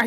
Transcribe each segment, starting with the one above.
Are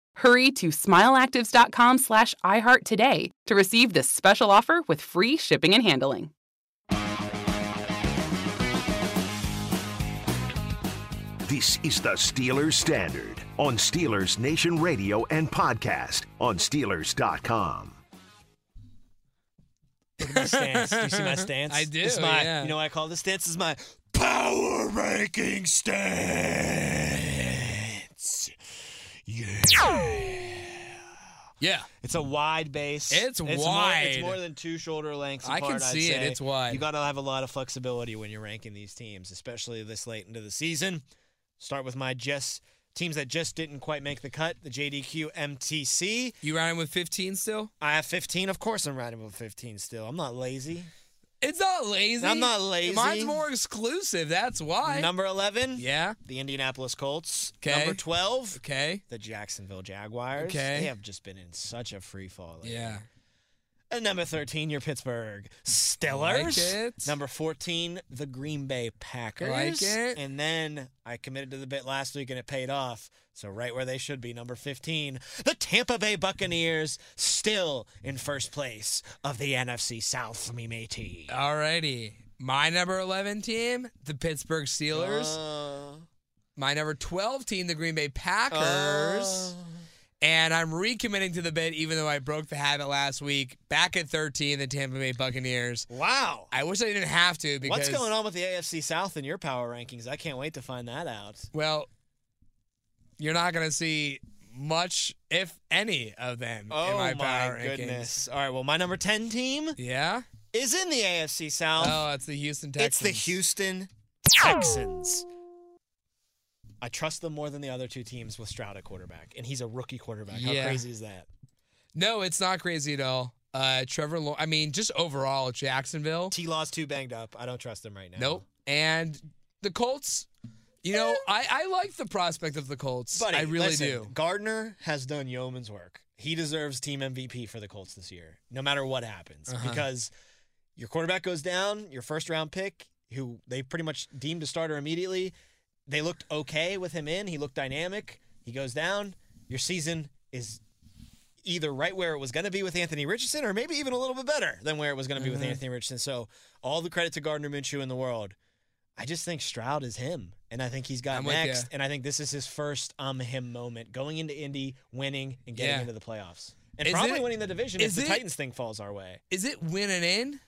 Hurry to smileactives.com slash iHeart today to receive this special offer with free shipping and handling. This is the Steelers Standard on Steelers Nation Radio and podcast on Steelers.com. Look at my stance. Do you see my stance? I do, This is my, yeah. You know what I call this stance? This is my power ranking stance. Yeah. Yeah. It's a wide base. It's More, it's wide. more than two shoulder lengths. I Apart, can see it. I'd say. It's wide. You got to have a lot of flexibility when you're ranking these teams, especially this late into the season. Start with my just teams that just didn't quite make the cut: the JDQ MTC. You riding with 15 still? I have 15. Of course, I'm riding with 15 still. I'm not lazy. It's not lazy. I'm not lazy. Mine's more exclusive. That's why. Number 11. yeah. the Indianapolis Colts. 'Kay. Number 12, Okay. the Jacksonville Jaguars. 'Kay. They have just been in such a free fall. lately. Yeah. And number 13, your Pittsburgh Steelers. Like it. Number 14, the Green Bay Packers. Like it. And then I committed to the bit last week and it paid off. So right where they should be, number 15, the Tampa Bay Buccaneers, still in first place of the NFC South for me, matey. Uh, Alrighty. My number 11 team, the Pittsburgh Steelers. Uh, My number 12 team, the Green Bay Packers. uh, And I'm recommitting to the bit, even though I broke the habit last week. Back at 13, the Tampa Bay Buccaneers. wow. I wish I didn't have to because. What's going on with the AFC South in your power rankings? I can't wait to find that out. Well, you're not going to see much, if any, of them in my, power rankings. Oh goodness. All right, well, my number 10 team Yeah? is in the AFC South. Oh, it's the Houston Um, it's Texans. the Houston Texans. I trust them more than the other two teams with Stroud at quarterback, and he's a rookie quarterback. How Yeah. crazy is that? No, it's not crazy at all. Uh, Trevor, Law- I mean, just overall, Jacksonville. T Law's too banged up. I don't trust him right now. Nope. And the Colts. You know, I, I like the prospect of the Colts. Eh. Buddy, I really listen, do. Gardner has done yeoman's work. He deserves team MVP for the Colts this year, no matter what happens, Uh-huh. because your quarterback goes down, your first round pick, who they pretty much deemed a starter immediately. They looked okay with him in. He looked dynamic. He goes down. Your season is either right where it was going to be with Anthony Richardson, or maybe even a little bit better than where it was going to be with Mhm. Anthony Richardson. So all the credit to Gardner Minshew in the world. I just think Stroud is him, and I think he's got I'm with next, ya. and I think this is his first um him moment, going into Indy, winning, and getting Yeah. into the playoffs, and Is probably it- winning the division if is the it- Titans thing falls our way. Is it winning in?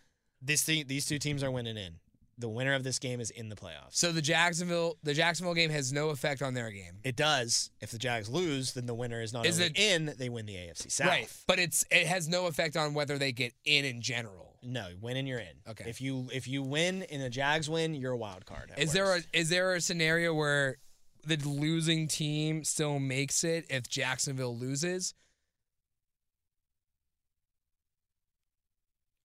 This the, these two teams are winning in. The winner of this game is in the playoffs. So the Jacksonville the Jacksonville game has no effect on their game. It does. If the Jags lose, then the winner is not Is only it- in; they win the AFC South. Right. But it's it has no effect on whether they get in in general. No, win and you're in. Okay. If you if you win and the Jags win, you're a wild card. at Is there a worst. is there a scenario where the losing team still makes it if Jacksonville loses?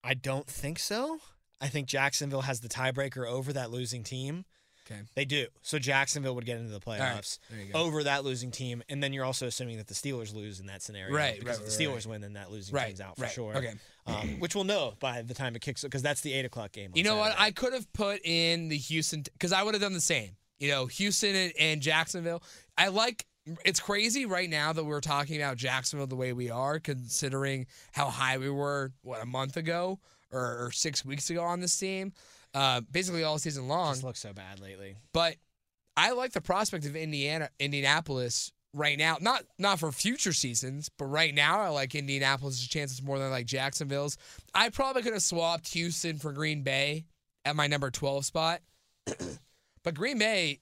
I don't think so. I think Jacksonville has the tiebreaker over that losing team. Okay. They do. So Jacksonville would get into the All playoffs. right. Oh, There you go. over that losing team, and then you're also assuming that the Steelers lose in that scenario. Right, Because right, if the right, Steelers right. win, then that losing right. team's out for right. sure. Okay. Um, which we'll know by the time it kicks because that's the eight o'clock game. on You know what? Saturday. I could have put in the Houston because I would have done the same. You know, Houston and, and Jacksonville. I like. It's crazy right now that we're talking about Jacksonville the way we are, considering how high we were what a month ago or, or six weeks ago on this team, uh, basically all season long. just look so bad lately. But I like the prospect of Indiana, Indianapolis right now. Not not for future seasons, but right now I like Indianapolis' chances more than I like Jacksonville's. I probably could have swapped Houston for Green Bay at my number twelve spot, but Green Bay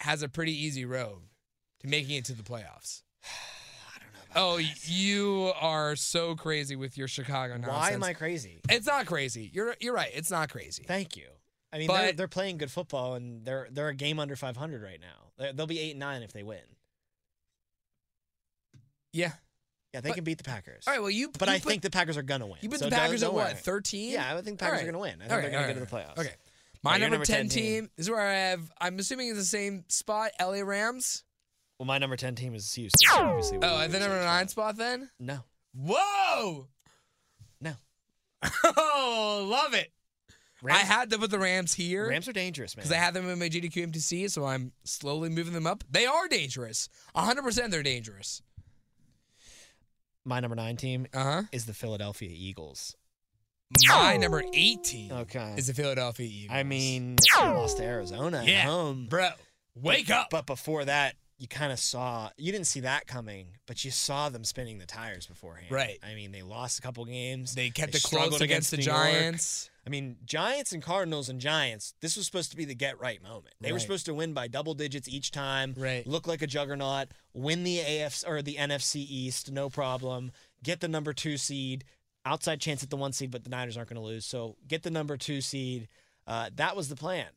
has a pretty easy road to making it to the playoffs. Oh, you are so crazy with your Chicago nonsense. Why am I crazy? It's not crazy. You're you're right. It's not crazy. Thank you. I mean, But- they're, they're playing good football, and they're they're a game under 500 right now. they they'll be eight and nine if they win. yeah. Yeah, they But- can beat the Packers. All right. Well, you. but you I put- think the Packers are gonna win. you put So the Packers don't- at don't what? worry. Thirteen. Yeah, I think the All Packers right. are gonna win. I think All they're right, gonna all get right, to the all playoffs. right. Okay. My your number, number 10 10 team, team. is where I have, I'm assuming it's the same spot, LA Rams. Well, my number ten team is Houston. so Obviously, Oh, at the the number nine spot then? No, Whoa! No. oh, love it. I Rams, had to put the Rams here. Rams are dangerous, man. Because I had them in my GDQ MTC, so I'm slowly moving them up. They are dangerous. 100% they're dangerous. my number nine team Uh huh. is the Philadelphia Eagles. My number 18 Okay. is the Philadelphia Eagles. I mean, they lost to Arizona Yeah. at home. bro, wake But- up. But before that, you kind of saw you didn't see that coming, but you saw them spinning the tires beforehand. Right. I mean, they lost a couple games. they kept it struggled close against the New York. Giants. I mean, Giants and Cardinals and Giants, this was supposed to be the get right moment. They were Right. supposed to win by double digits each time, Right. look like a juggernaut, win the AFC or the NFC East, no problem, get the number 2 seed, outside chance at the 1 seed, but the Niners aren't going to lose. So, get the number 2 seed. Uh, that was the plan.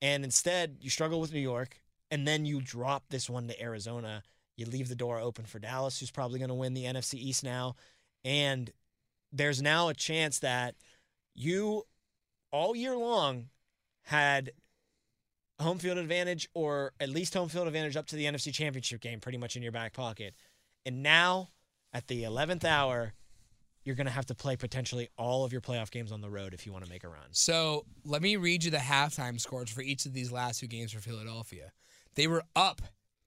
And instead, you struggle with New York and then you drop this one to Arizona. You leave the door open for Dallas, who's probably going to win the NFC East now. And there's now a chance that you all year long had home field advantage or at least home field advantage up to the NFC Championship game pretty much in your back pocket. And now at the 11th hour, you're going to have to play potentially all of your playoff games on the road if you want to make a run. So let me read you the halftime scores for each of these last two games for Philadelphia. They were up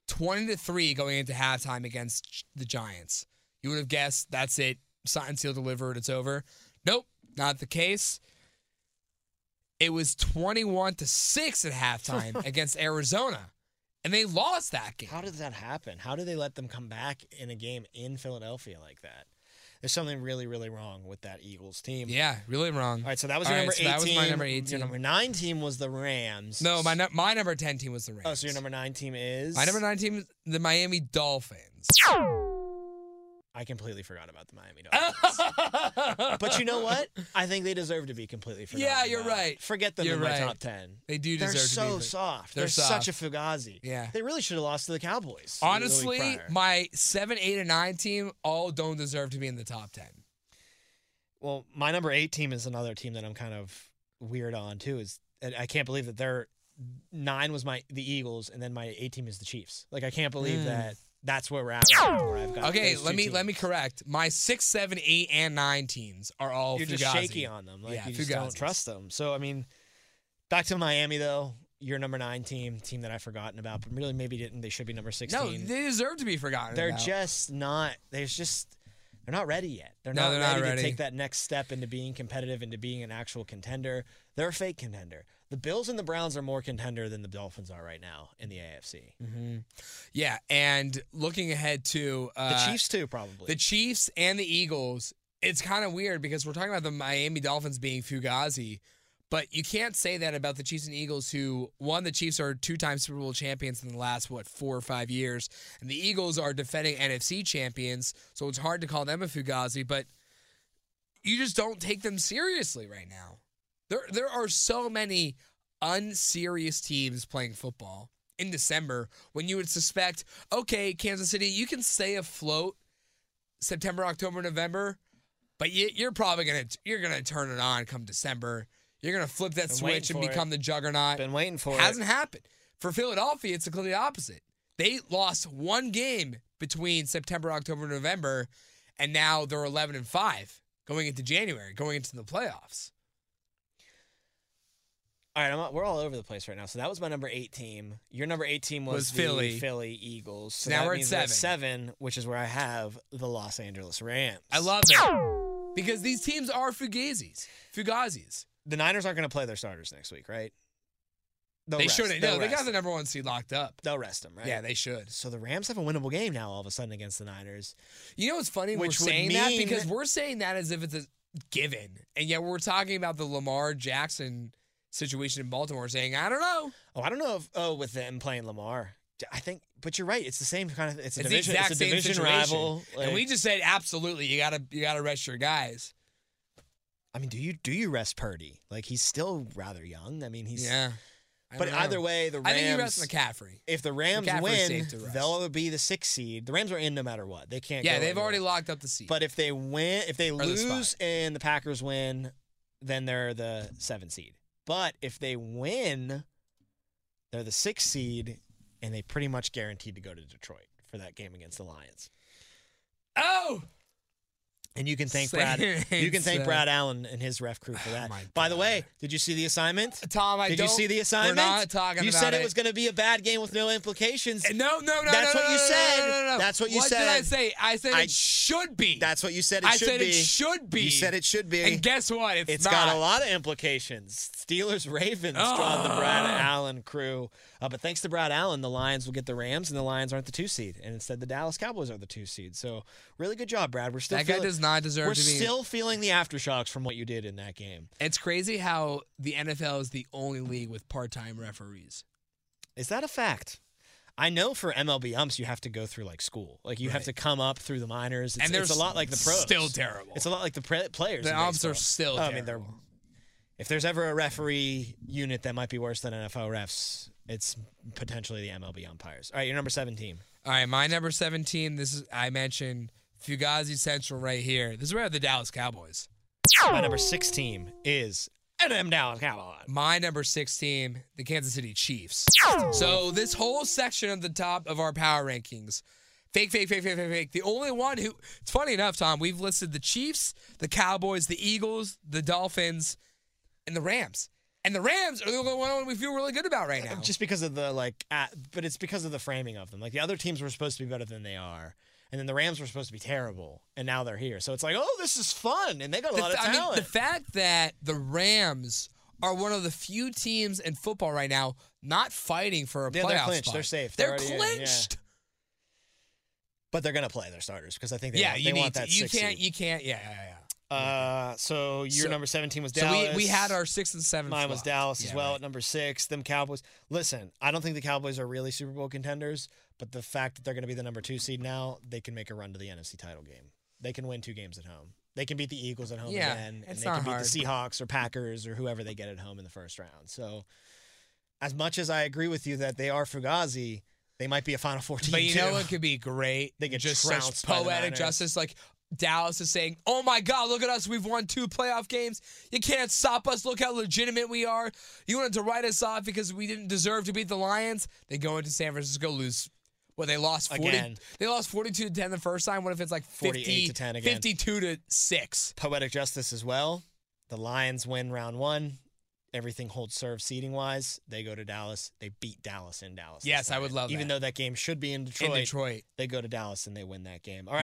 20 to 3 going into halftime against the Giants. You would have guessed that's it. Sign, seal, delivered. It's over. Nope, not the case. It was 21 to 6 at halftime against Arizona, and they lost that game. How did that happen? How do they let them come back in a game in Philadelphia like that? There's something really, really wrong with that Eagles team. yeah, really wrong. All right, so that was All your right, number so eight. that was my team. number eight team. Your number nine team was the Rams. No, my nu- my number 10 team was the Rams. Oh, so your number nine team is My number 9 team is the Miami Dolphins. I completely forgot about the Miami Ah! Dolphins. but you know what? I think they deserve to be completely forgotten. Yeah, you're about. right. Forget them You're in right. my top ten. They do They're deserve so to be. soft. They're They're, such a fugazi. Yeah. They really should have lost to the Cowboys. the week Honestly, prior. my seven, eight, and nine team all don't deserve to be in the top ten. well, my number eight team is another team that I'm kind of weird on too. Is and I can't believe that their nine was my the Eagles, and then my eight team is the Chiefs. Like I can't believe Mm. that that's where we're at. Right now, where I've got Okay, those two let me let teams. me correct. My six, seven, eight, and nine teams are all you're Fugazi. just shaky on them. Like Yeah, you just don't Fugazis. trust them. So I mean, back to Miami though. Your number nine team, team that I've forgotten about, but really maybe didn't. They should be number No, sixteen. they deserve to be forgotten. they're about. just not. There's just they're not ready yet. They're No, not they're not ready ready. to take that next step into being competitive, into being an actual contender. They're a fake contender. The Bills and the Browns are more contender than the Dolphins are right now in the AFC. Mm-hmm. yeah. And looking ahead to The uh, Chiefs too, probably. the Chiefs and the Eagles. It's kind of weird because we're talking about the Miami Dolphins being Fugazi, but you can't say that about the Chiefs and Eagles, who one, the Chiefs are two time Super Bowl champions in the last, what, four or five years, and the Eagles are defending NFC champions, so it's hard to call them a Fugazi, but you just don't take them seriously right now. There, there are so many unserious teams playing football in December when you would suspect, okay, Kansas City, you can stay afloat September, October, November, but you, you're probably gonna you're gonna turn it on come December. You're gonna flip that Been switch waiting and for become the juggernaut. Been waiting for it. Hasn't happened for Philadelphia. It's the complete opposite. They lost one game between September, October, November, and now they're 11 and five going into January, going into the playoffs. All right, I'm, we're all over the place right now. So that was my number eight team. Your number eight team was, Was the Philly. Philly Eagles. So Now that we're at means at seven. seven, which is where I have the Los Angeles Rams. I love it because these teams are fugazis, fugazis. the Niners aren't going to play their starters next week, right? They'll they rest. shouldn't. They'll No, they got rest. the number one seed locked up. They'll rest them, right? Yeah, they should. So the Rams have a winnable game now, all of a sudden against the Niners. You know what's funny? Which we're would saying that mean- because we're saying that as if it's a given, and yet we're talking about the Lamar Jackson situation in Baltimore, saying, "I don't know." Oh, I don't know if oh with them playing Lamar, I think. But you're right. It's the same kind of. It's a it's division. the exact it's a division same situation. rival. and like- we just said, absolutely, you gotta you gotta rest your guys. I mean, do you do you rest Purdy? Like he's still rather young. I mean, he's yeah, I But don't know. either way, the Rams. I think you rest McCaffrey. if the Rams McCaffrey's win, safe to rest. they'll be the sixth seed. The Rams are in no matter what. They can't. Yeah, go they've anywhere. already locked up the seat. But if they win, if they the lose spot. and the Packers win, then they're the seventh seed. But if they win, they're the sixth seed, and they pretty much guaranteed to go to Detroit for that game against the Lions. oh, And you can thank Same Brad. You can thank answer. Brad Allen and his ref crew for that. my By the God. way, did you see the assignment? Tom, I did don't. you see the assignment? We're not talking you about said it, was going to be a bad game with no implications. Uh, No, no, no. That's no, what no, you no, no, said. No, no, no. That's what you What did I said. say? I said I- it should be. That's what you said. It I should said be. it should be. You said it should be. And guess what? It's It's not. got a lot of implications. Steelers Ravens draw the Brad Ah. Allen crew. Uh, but thanks to Brad Allen, the Lions will get the Rams, and the Lions aren't the two seed. And instead, the Dallas Cowboys are the two seed. So, really good job, Brad. We're still That guy feeling, does not deserve we're to be. still feeling the aftershocks from what you did in that game. it's crazy how the NFL is the only league with part-time referees. Is that a fact? I know for MLB umps, you have to go through like school. Like you have Right. to come up through the minors. It's, And they're it's a lot like the pros. still terrible. It's a lot like the pre- players. The in umps are baseball. still. I mean, they're. terrible. If there's ever a referee unit that might be worse than NFL refs, it's potentially the MLB umpires. All right, your number seven team. All right, my number 17, this is I mentioned Fugazi Central right here. This is where I have the Dallas Cowboys. My number six team is Adam Dallas Cowboys. My number six team, the Kansas City Chiefs. So this whole section of the top of our power rankings, fake, fake, fake, fake, fake, fake. The only one who it's funny enough, Tom, we've listed the Chiefs, the Cowboys, the Eagles, the Dolphins, and the Rams. And the Rams are the only one we feel really good about right now. Just because of the like, uh, but it's because of the framing of them. Like the other teams were supposed to be better than they are, and then the Rams were supposed to be terrible, and now they're here. So it's like, oh, this is fun, and they got a The lot of fa- I mean, talent. the fact that the Rams are one of the few teams in football right now not fighting for a Yeah, playoff they're clinched. spot. They're safe. They're They're, already in, yeah. clinched. but they're gonna play their starters because I think they Yeah, want, you they need want that to. You six can't. seed. You can't. Yeah, yeah, uh, so your So- number seven team was yeah. Dallas. So we, we had our six and seven. Mine was flopped. Dallas as Yeah, well right. at number six. Them Cowboys. Listen, I don't think the Cowboys are really Super Bowl contenders, but the fact that they're going to be the number two seed now, they can make a run to the NFC title game. They can win two games at home. They can beat the Eagles at home Yeah, again, and it's they can not beat hard. the Seahawks or Packers or whoever they get at home in the first round. So, as much as I agree with you that they are Fugazi, they might be a Final Four team. But you know too. what could be great? They get just such trounced by the poetic Niners. justice, like. Dallas is saying, "Oh my God, look at us! We've won two playoff games. You can't stop us. Look how legitimate we are. You wanted to write us off because we didn't deserve to beat the Lions. They go into San Francisco, lose. Well, they lost forty. Again. They lost forty-two to ten the first time. What if it's like 48 50 to 10 again. Fifty-two to six. poetic justice as well. The Lions win round one. Everything holds serve seating wise. They go to Dallas. They beat Dallas in Dallas. this Yes, I time. would love Even that. though that game should be in Detroit, In Detroit, they go to Dallas and they win that game. All right.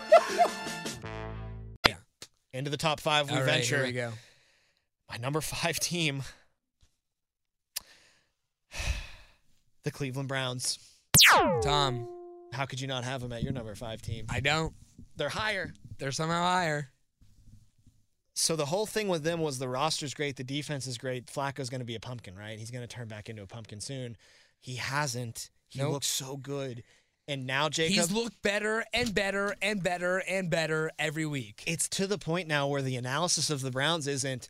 Into the top five we All right, venture. here we go. My number five team. The Cleveland Browns. Tom, How could you not have them at your number five team? I don't. They're higher. They're somehow higher. So the whole thing with them was the roster's great, the defense is great. Flacco's going to be a pumpkin, right? He's going to turn back into a pumpkin soon. He hasn't. He Nope. looks so good. And now Jacob, He's looked better and better and better and better every week. it's to the point now where the analysis of the Browns isn't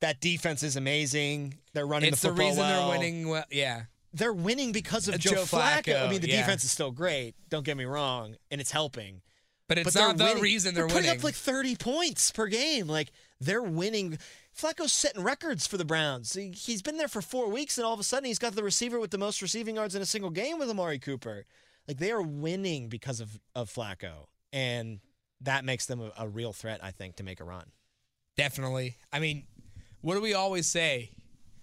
that defense is amazing. They're running It's the the, football reason well. they're winning. Well, yeah, They're winning because of Uh, Joe, Joe Flacco. Flacco, I mean, the yeah. defense is still great. Don't get me wrong, and it's helping. But it's but not the they're winning. reason they're, they're putting winning. up like 30 points per game. Like they're winning. Flacco's setting records for the Browns. He- He's been there for four weeks, and all of a sudden he's got the receiver with the most receiving yards in a single game with Amari Cooper. Like they are winning because of of Flacco, and that makes them a, a real threat, I think, to make a run. Definitely. I mean, what do we always say?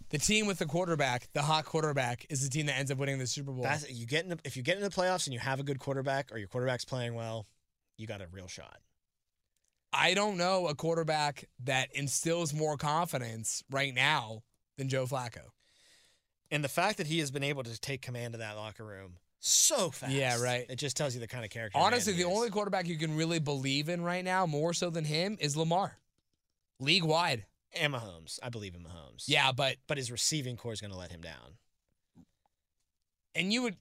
The team with the quarterback, the hot quarterback, is the team that ends up winning the Super Bowl. That's, you get in the, if you get in the playoffs and you have a good quarterback, or your quarterback's playing well, you got a real shot. I don't know a quarterback that instills more confidence right now than Joe Flacco. And the fact that he has been able to take command of that locker room so fast. Yeah, right. It just tells you the kind of character. man Honestly, he the is. only quarterback you can really believe in right now, more so than him, is Lamar. League wide. and Mahomes. I believe in Mahomes. Yeah, but But his receiving core is going to let him down. and you would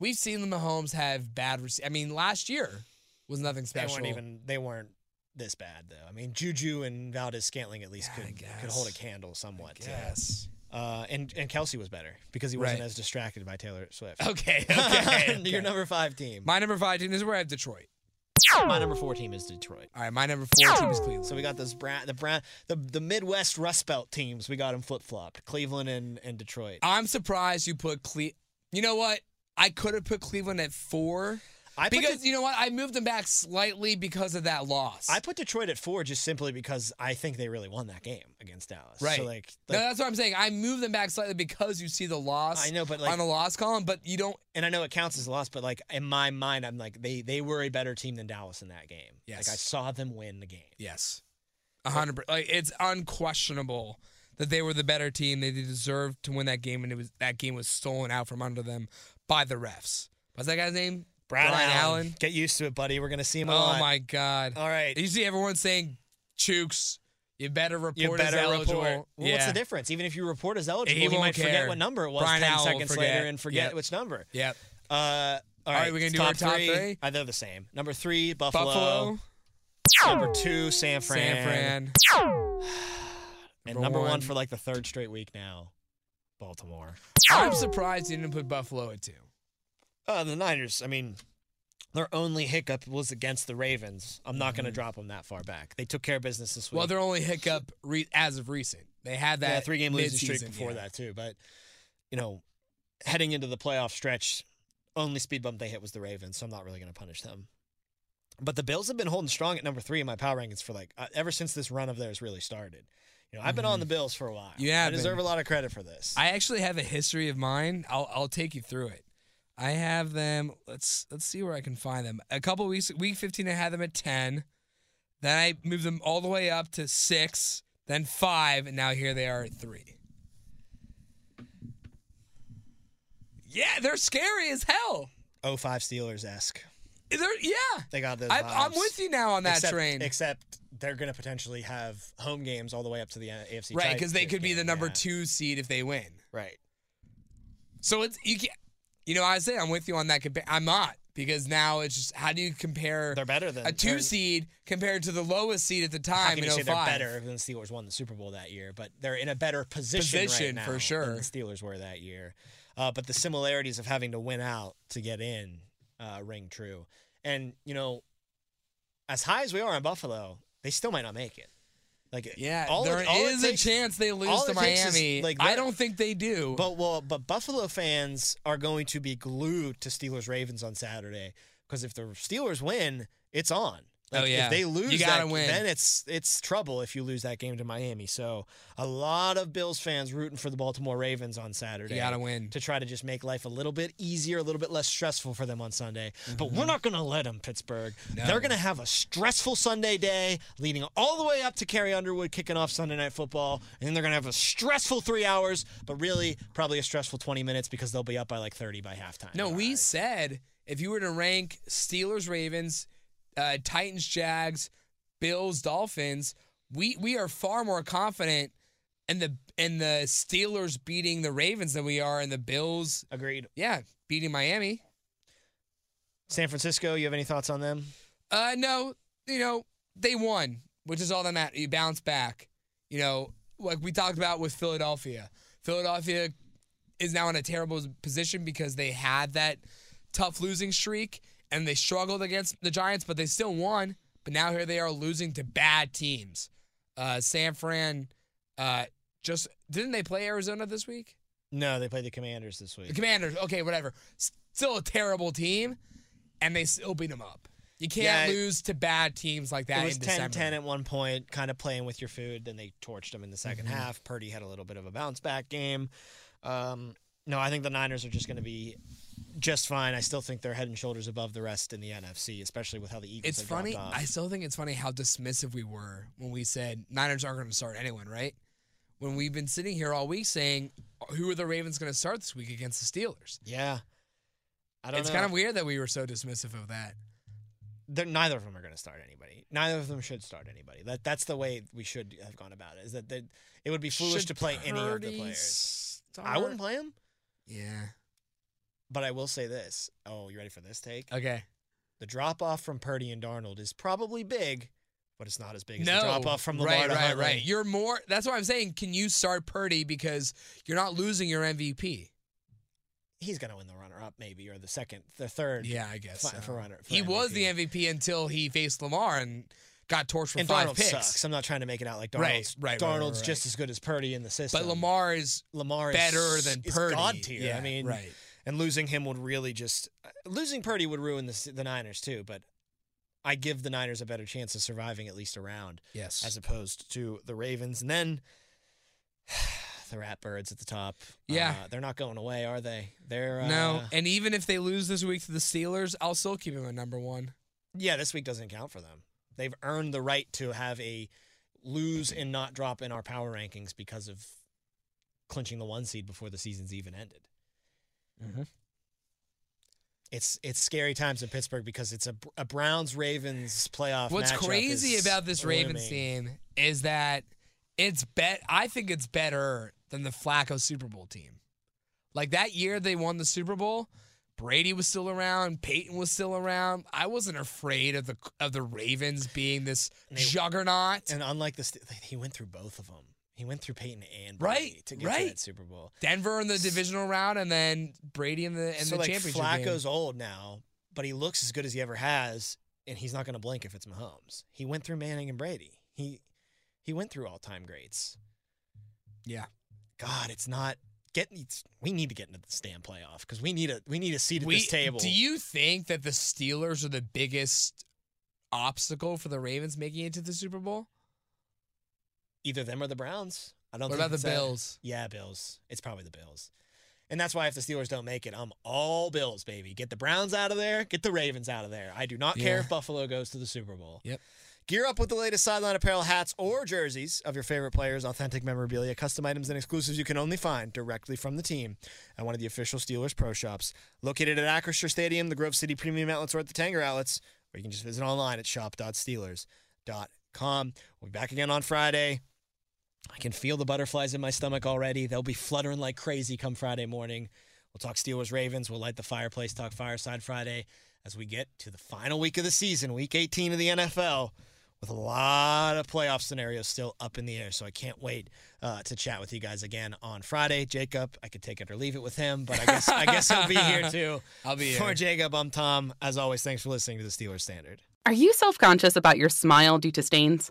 we've seen the Mahomes have bad rece- I mean, last year was nothing They special. weren't even. They weren't this bad though. I mean, Juju and Valdez Scantling at least Yeah, I could could guess. hold a candle somewhat. to that. Yes. Uh, and and Kelsey was better because he wasn't Right. as distracted by Taylor Swift. Okay, okay. Your okay. number five team. My number five team, this is where I have Detroit. my number four team is Detroit. All right, my number four team is Cleveland. So we got those brown, the brown, the, the Midwest Rust Belt teams. We got them flip flopped: Cleveland and, and Detroit. I'm surprised you put Cle. You know what? I could have put Cleveland at four I put because the- you know what? I moved them back slightly because of that loss. I put Detroit at four just simply because I think they really won that game against Dallas. right. So like, no, like- that's what I'm saying. I moved them back slightly because you see the loss. I know, but, like- on the loss column, but you don't. and I know it counts as a loss, but like in my mind, I'm like they they were a better team than Dallas in that game. Yes. Like I saw them win the game. Yes, a hundred. per- Like it's unquestionable that they were the better team. They deserved to win that game, and it was that game was stolen out from under them by the refs. What's that guy's name? Brian Allen. Get used to it, buddy. We're gonna see him a Oh lot. my god. All right. You see everyone saying, Chooks, you better report You better as report. eligible. Well, What's Yeah. the difference? Even if you report as eligible, He he, won't might care. forget what number it was Brian ten Allen will seconds forget. later and forget Yep. which number. Yep. Uh, all right, right, we gonna it's do our top three. three? Uh, they're the same. Number three, Buffalo. Buffalo, Number two, San Fran. San Fran. And Number number one one. for like the third straight week now, Baltimore. I'm surprised you didn't put Buffalo at two. Uh, the Niners, I mean, their only hiccup was against the Ravens. I'm not going to drop them that far back. They took care of business this Mm-hmm. week. Well, their only hiccup re- as of recent. They had that yeah, three game losing streak mid-season, before yeah. that, too. But, you know, heading into the playoff stretch, only speed bump they hit was the Ravens, so I'm not really going to punish them. But the Bills have been holding strong at number three in my power rankings for like uh, ever since this run of theirs really started. You know, I've been on the Bills for a while. Mm-hmm. You have I deserve been. a lot of credit for this. I actually have a history of mine. I'll I'll take you through it. I have them. Let's let's see where I can find them. A couple weeks, week 15, I had them at 10. Then I moved them all the way up to six, then five, and now here they are at three. Yeah, they're scary as hell. 05 Steelers esque. They're yeah. Oh They got those. I, I'm vibes. with you now on that except, train. Except they're going to potentially have home games all the way up to the AFC. right, because they championship could be game, the number yeah. two seed if they win. Right. So it's you can You know, I say I'm with you on that. Compa- I'm not because now it's just how do you compare They're better than a two they're- seed compared to the lowest seed at the How time can in you say 05? they're better than the Steelers won the Super Bowl that year? But they're in a better position, Position, right now for than sure. the Steelers were that year. Uh, but the similarities of having to win out to get in uh, ring true. And you know, as high as we are in Buffalo, they still might not make it. Like Yeah, all there it, all it is takes- a chance they lose all to it takes is, Miami. like, I they're- don't think they do. But well, but Buffalo fans are going to be glued to Steelers Ravens on Saturday because if the Steelers win, it's on. Oh, yeah. If they You lose, gotta that, win. Then it's it's trouble if you lose that game to Miami. So a lot of Bills fans rooting for the Baltimore Ravens on Saturday. You gotta win. to try to just make life a little bit easier, a little bit less stressful for them on Sunday. But we're not gonna let them Pittsburgh. Mm-hmm. No. They're gonna have a stressful Sunday day, leading all the way up to Carrie Underwood kicking off Sunday Night Football, and then they're gonna have a stressful three hours, but really probably a stressful 20 minutes because they'll be up by like 30 by halftime. no, we said if you were to rank Steelers, Ravens, uh, Titans, Jags, Bills, Dolphins, we we are far more confident in the in the Steelers beating the Ravens than we are in the Bills. agreed. Yeah, beating Miami. San Francisco, you have any thoughts on them? Uh, no, you know they won, which is all that matters. You bounce back. You know, like we talked about with Philadelphia. Philadelphia is now in a terrible position because they had that tough losing streak, and they struggled against the Giants, but they still won. But now here they are losing to bad teams. Uh, San Fran uh, just didn't they play Arizona this week? No, they played the Commanders this The week. Commanders, okay, whatever. S- Still a terrible team, and they still beat them up. You can't Yeah, it- lose to bad teams like that It was in 10 December. 10 at one point, kind of playing with your food. Then they torched them in the Mm-hmm. 2nd half. Purdy had a little bit of a bounce back game. Um, no, I think the Niners are just going to be just fine. I still think they're head and shoulders above the rest in the NFC, especially with how the Eagles It's have funny. dropped off. I still think it's funny how dismissive we were when we said Niners aren't going to start anyone, right? When we've been sitting here all week saying, "Uh, who are the Ravens going to start this week against the Steelers? yeah. I don't It's know. kind of weird that we were so dismissive of that. They're, neither of them are going to start anybody. Neither of them should start anybody. That That's the way we should have gone about it, is that they, it would be foolish Should to play any of the Purdy players. start? I wouldn't play him, Yeah. but I will say this. Oh, you ready for this take? Okay. the drop off from Purdy and Darnold is probably big, but it's not as big as no. the drop off from Lamar right, to right, Huntley. right. You're more. That's why I'm saying, can you start Purdy because you're not losing your MVP? He's gonna win the runner up, maybe, or the second, the third. Yeah, I guess. Fi- so. for runner- for he was the MVP. MVP until he faced Lamar and got torched for and five Darnold picks. sucks. I'm not trying to make it out like Darnold's. Right, right, right, right, Darnold's right. just as good as Purdy in the system. But Lamar is Lamar is better than is Purdy. God tier. Yeah, I mean, right. and losing him would really just uh, losing Purdy would ruin the, s- the Niners too. But I give the Niners a better chance of surviving at least a round. Yes. as opposed to the Ravens. And then the Ratbirds at the top. Yeah. Uh, they're not going away, are they? They're uh, no, and even if they lose this week to the Steelers, I'll still keep him at number one. Yeah, this week doesn't count for them. They've earned the right to have a lose and not drop in our power rankings because of clinching the one seed before the season's even ended. Mm-hmm. It's it's scary times in Pittsburgh because it's a, a Browns Ravens playoff. What's matchup crazy is about this Ravens looming. team is that it's bet. I think it's better than the Flacco Super Bowl team. Like that year they won the Super Bowl, Brady was still around, Peyton was still around. I wasn't afraid of the of the Ravens being this They- juggernaut. And unlike this, he went through both of them. He went through Peyton and Right, Brady to get right. to that Super Bowl. Denver in the divisional round, and then Brady in the in so the like championship Flacco's game. old now, but he looks as good as he ever has, and he's not going to blink if it's Mahomes. He went through Manning and Brady. He he went through all time greats. Yeah. God, it's not getting. It's, we need to get into this damn playoff because we need a we need a seat at We- this table. Do you think that the Steelers are the biggest obstacle for the Ravens making it to the Super Bowl? Either them or the Browns. I don't. What think about the it's that- Bills? Yeah, Bills. It's probably the Bills. And that's why if the Steelers don't make it, I'm all Bills, baby. Get the Browns out of there. Get the Ravens out of there. I do not care Yeah. if Buffalo goes to the Super Bowl. Yep. Gear up with the latest sideline apparel, hats, or jerseys of your favorite players, authentic memorabilia, custom items, and exclusives you can only find directly from the team at one of the official Steelers Pro Shops. Located at Acrisure Stadium, the Grove City Premium Outlets, or at the Tanger Outlets, or you can just visit online at shop.steelers.com. We'll be back again on Friday. I can feel the butterflies in my stomach already. They'll be fluttering like crazy come Friday morning. We'll talk Steelers Ravens. We'll light the fireplace, talk Fireside Friday as we get to the final week of the season, week 18 of the NFL, with a lot of playoff scenarios still up in the air. So I can't wait uh, to chat with you guys again on Friday. Jacob, I could take it or leave it with him, but I guess I guess he'll be here too. I'll be For here. Jacob, I'm Tom. As always, thanks for listening to the Steelers Standard. Are you self conscious about your smile due to stains?